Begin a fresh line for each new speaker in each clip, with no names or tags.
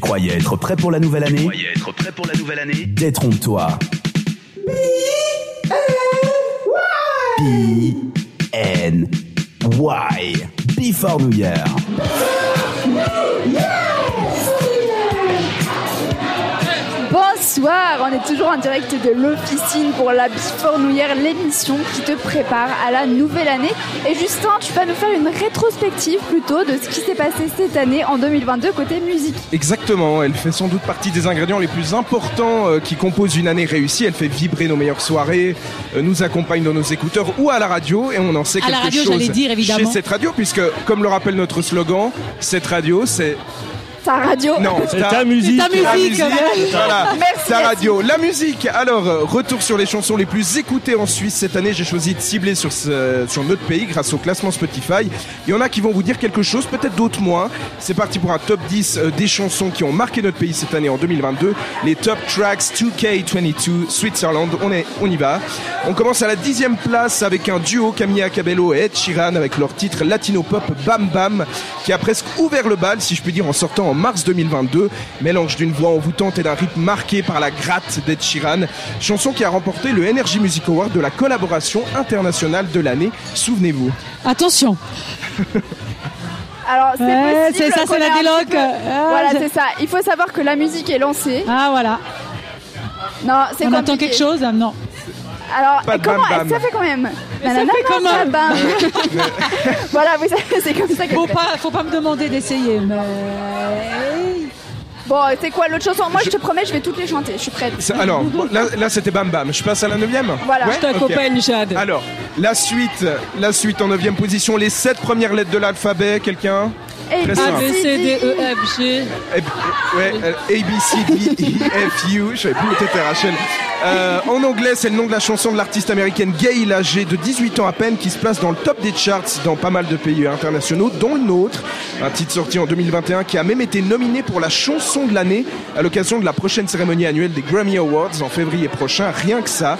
croyais être prêt pour la nouvelle année
Croyez être prêt pour la nouvelle année
Détrompe-toi. B-N-Y. Before New Year.
Bonsoir, on est toujours en direct de l'officine pour la Before New Year, l'émission qui te prépare à la nouvelle année. Et Justin, tu vas nous faire une rétrospective plutôt de ce qui s'est passé cette année en 2022 côté musique.
Exactement, elle fait sans doute partie des ingrédients les plus importants euh, qui composent une année réussie. Elle fait vibrer nos meilleures soirées, euh, nous accompagne dans nos écouteurs ou à la radio, et on en sait
À la
quelque
radio,
chose
j'allais dire, évidemment.
chez cette radio, puisque comme le rappelle notre slogan, cette radio, c'est
Ta radio
non,
C'est ta musique.
Ta
la
musique,
musique, voilà,
Merci,
ta
merci.
radio, la musique. Alors, euh, retour sur les chansons les plus écoutées en Suisse cette année. J'ai choisi de cibler sur, ce- sur notre pays grâce au classement Spotify. Il y en a qui vont vous dire quelque chose, peut-être d'autres moins. C'est parti pour un top 10 euh, des chansons qui ont marqué notre pays cette année en 2022. Les top tracks 2K22 Switzerland. On, est, on y va. On commence à la dixième place avec un duo Camilla Cabello et Ed Sheeran avec leur titre latino pop Bam Bam qui a presque ouvert le bal, si je puis dire, en sortant en mars 2022. Mélange d'une voix envoûtante et d'un rythme marqué par la gratte d'Ed Sheeran. Chanson qui a remporté le Energy Music Award de la collaboration internationale de l'année. Souvenez-vous.
Attention,
Alors c'est
Ouais,
possible
c'est ça,
qu'on
c'est la
ait un
déloc.
petit peu-
Ah,
Voilà,
je-
c'est ça. Il faut savoir que la musique est lancée.
ah voilà,
Non, c'est
on attend
compliqué.
quelque chose ah, Non,
Alors,
Pas
et
de
comment
bam-bam.
ça fait quand même Nanana,
fait comment
ça, bam. Voilà, vous savez, c'est comme ça que.
faut pas, faut pas me demander d'essayer. Mais...
Bon, c'est quoi l'autre chanson Moi, je te promets, je vais toutes les chanter. Je suis prête.
Ça- Alors, bon, là, là, c'était Bam Bam. Je passe à la neuvième
Voilà.
Je t'accompagne, Jade.
Alors, la suite, la suite en neuvième position, les sept premières lettres de l'alphabet, quelqu'un
Et
Très
B,
simple. ça.
A, B,
C,
C, D,
D, I.
E, F, G.
Eh b- Ouais, euh, A, B, C, D, E, F, U. Je savais plus où t'étais, Rachel. Euh, en anglais, c'est le nom de la chanson de l'artiste américaine Gail, âgée de 18 ans à peine, qui se place dans le top des charts dans pas mal de pays internationaux, dont une autre. Un titre sorti en 2021 qui a même été nominé pour la chanson de l'année à l'occasion de la prochaine cérémonie annuelle des Grammy Awards en février prochain. Rien que ça.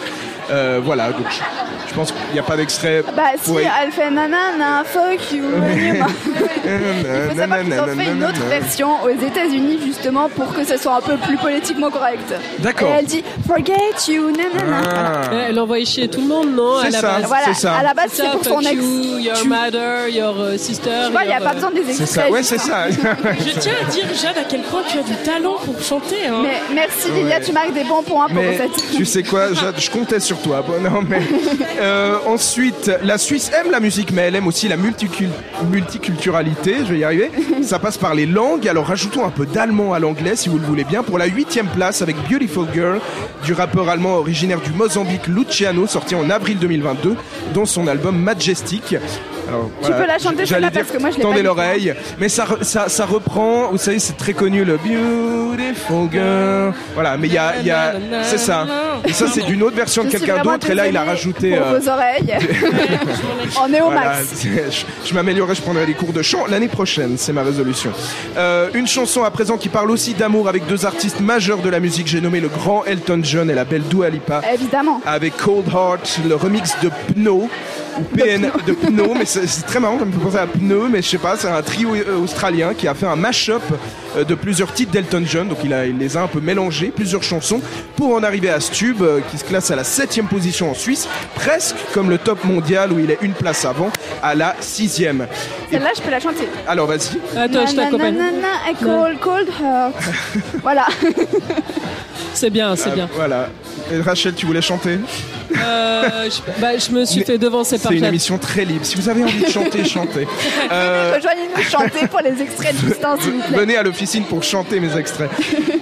Euh, voilà, donc je- je pense qu'il n'y a pas d'extrait.
Bah si,
Ouais.
elle fait nanana, fuck you. nanana. Il faut savoir qu'ils ont fait une autre version aux États-Unis justement pour que ce soit un peu plus politiquement correct.
D'accord.
Et elle dit forget you, nanana.
Ah.
Eh, Elle envoyait chier tout le monde, non
C'est
à la
ça.
base.
Voilà,
c'est ça.
à la base
C'est
bah, c'est
ça,
pour son
fuck
ex.
you, your
Tu
mother, your euh, sister.
vois, il n'y a
your,
pas
euh,
besoin des
C'est ça,
extraits.
ouais, c'est ça.
Je tiens à dire, Jade, à quel point tu as du talent pour chanter. Hein.
Mais merci Lilia, tu marques des bons points pour
Mais
cette.
tu sais quoi, Jade, je comptais sur toi. Bon, non, mais, euh, ensuite, la Suisse aime la musique, mais elle aime aussi la multicul- multiculturalité. Je vais y arriver. Ça passe par les langues. Alors rajoutons un peu d'allemand à l'anglais, si vous le voulez bien, pour la huitième place avec Beautiful Girl du rappeur allemand originaire du Mozambique Luciano, sorti en avril 2022 dans son album Majestic. Alors,
peux la chanter,
j'allais
celle-là,
dire,
parce que moi, je l'ai pas
Tendez
du tout.
l'oreille, mais ça, re- ça, ça reprend. Vous savez, c'est très connu le Beautiful Girl. Voilà, mais il y a, il y a, c'est ça. Et ça, c'est d'une autre version de
Je suis
quelqu'un
vraiment
d'autre. Et là, il a
désolée
rajouté.
Pour
euh,
vos oreilles. On est au
voilà,
max.
je je m'améliorerai, je prendrai des cours de chant l'année prochaine, c'est ma résolution. Euh, une chanson à présent qui parle aussi d'amour avec deux artistes majeurs de la musique. J'ai nommé le grand Elton John et la belle Dua Lipa
Évidemment.
avec Cold Heart, le remix de Pno ou PN de Pno, mais c'est c'est très marrant, ça me fait penser à Pno, mais je sais pas, c'est un trio euh, australien qui a fait un mash-up euh, de plusieurs titres d'Elton John, donc il, a, il les a un peu mélangés, plusieurs chansons, pour en arriver à ce tube euh, qui se classe à la septième position en Suisse, presque comme le top mondial où il est une place avant, à la sixième. Et-
Celle-là, je peux la chanter.
alors vas-y.
Attends, je t'accompagne.
Nanana, I call cold heart. voilà.
C'est bien, c'est bien.
Euh, voilà. Et Rachel, tu voulais chanter
Euh, je, bah, je me suis
Mais
fait devancer par
C'est une
Jade.
émission très libre. Si vous avez envie de chanter, chantez. Euh,
Rejoignez-nous chanter pour les extraits de Justin, s'il vous plaît.
Venez à l'officine pour chanter mes extraits.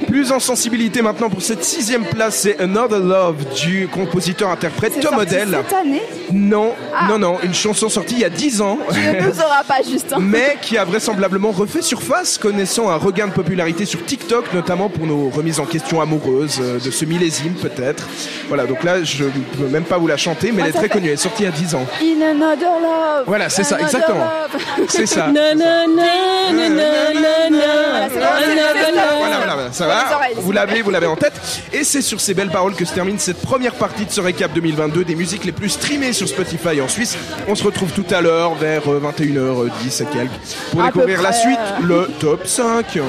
Plus en sensibilité maintenant pour cette sixième place, c'est Another Love du compositeur-interprète
C'est
Tom
sorti
Odell.
Cette année,
Non,
Ah.
non, non, une chanson sortie il y a dix ans.
ne nous aura pas, Justin.
Mais qui a vraisemblablement refait surface, connaissant un regain de popularité sur TikTok, notamment pour nos remises en question amoureuses euh, de ce millésime, peut-être. Voilà, donc là, je ne peux même pas vous la chanter, mais elle est
Ah, ça
très
fait-
connue, elle est sortie il y a 10 ans.
In another love.
Voilà, c'est ça,
another
exactement.
love.
C'est ça.
Na, na, na, na, na, na, na.
Voilà, c'est bon, c'est bon,
Na, na, na,
c'est bon.
Voilà, voilà, voilà, ça
Pour les
va.
oreilles,
Vous
s'il
l'avez, vous l'avez en tête. Et c'est sur ces belles paroles que se termine cette première partie de ce récap 2022 des musiques les plus streamées sur Spotify en Suisse. On se retrouve tout à l'heure vers euh, 21h10 euh, et quelques pour
À peu
découvrir la
près,
suite, le top 5.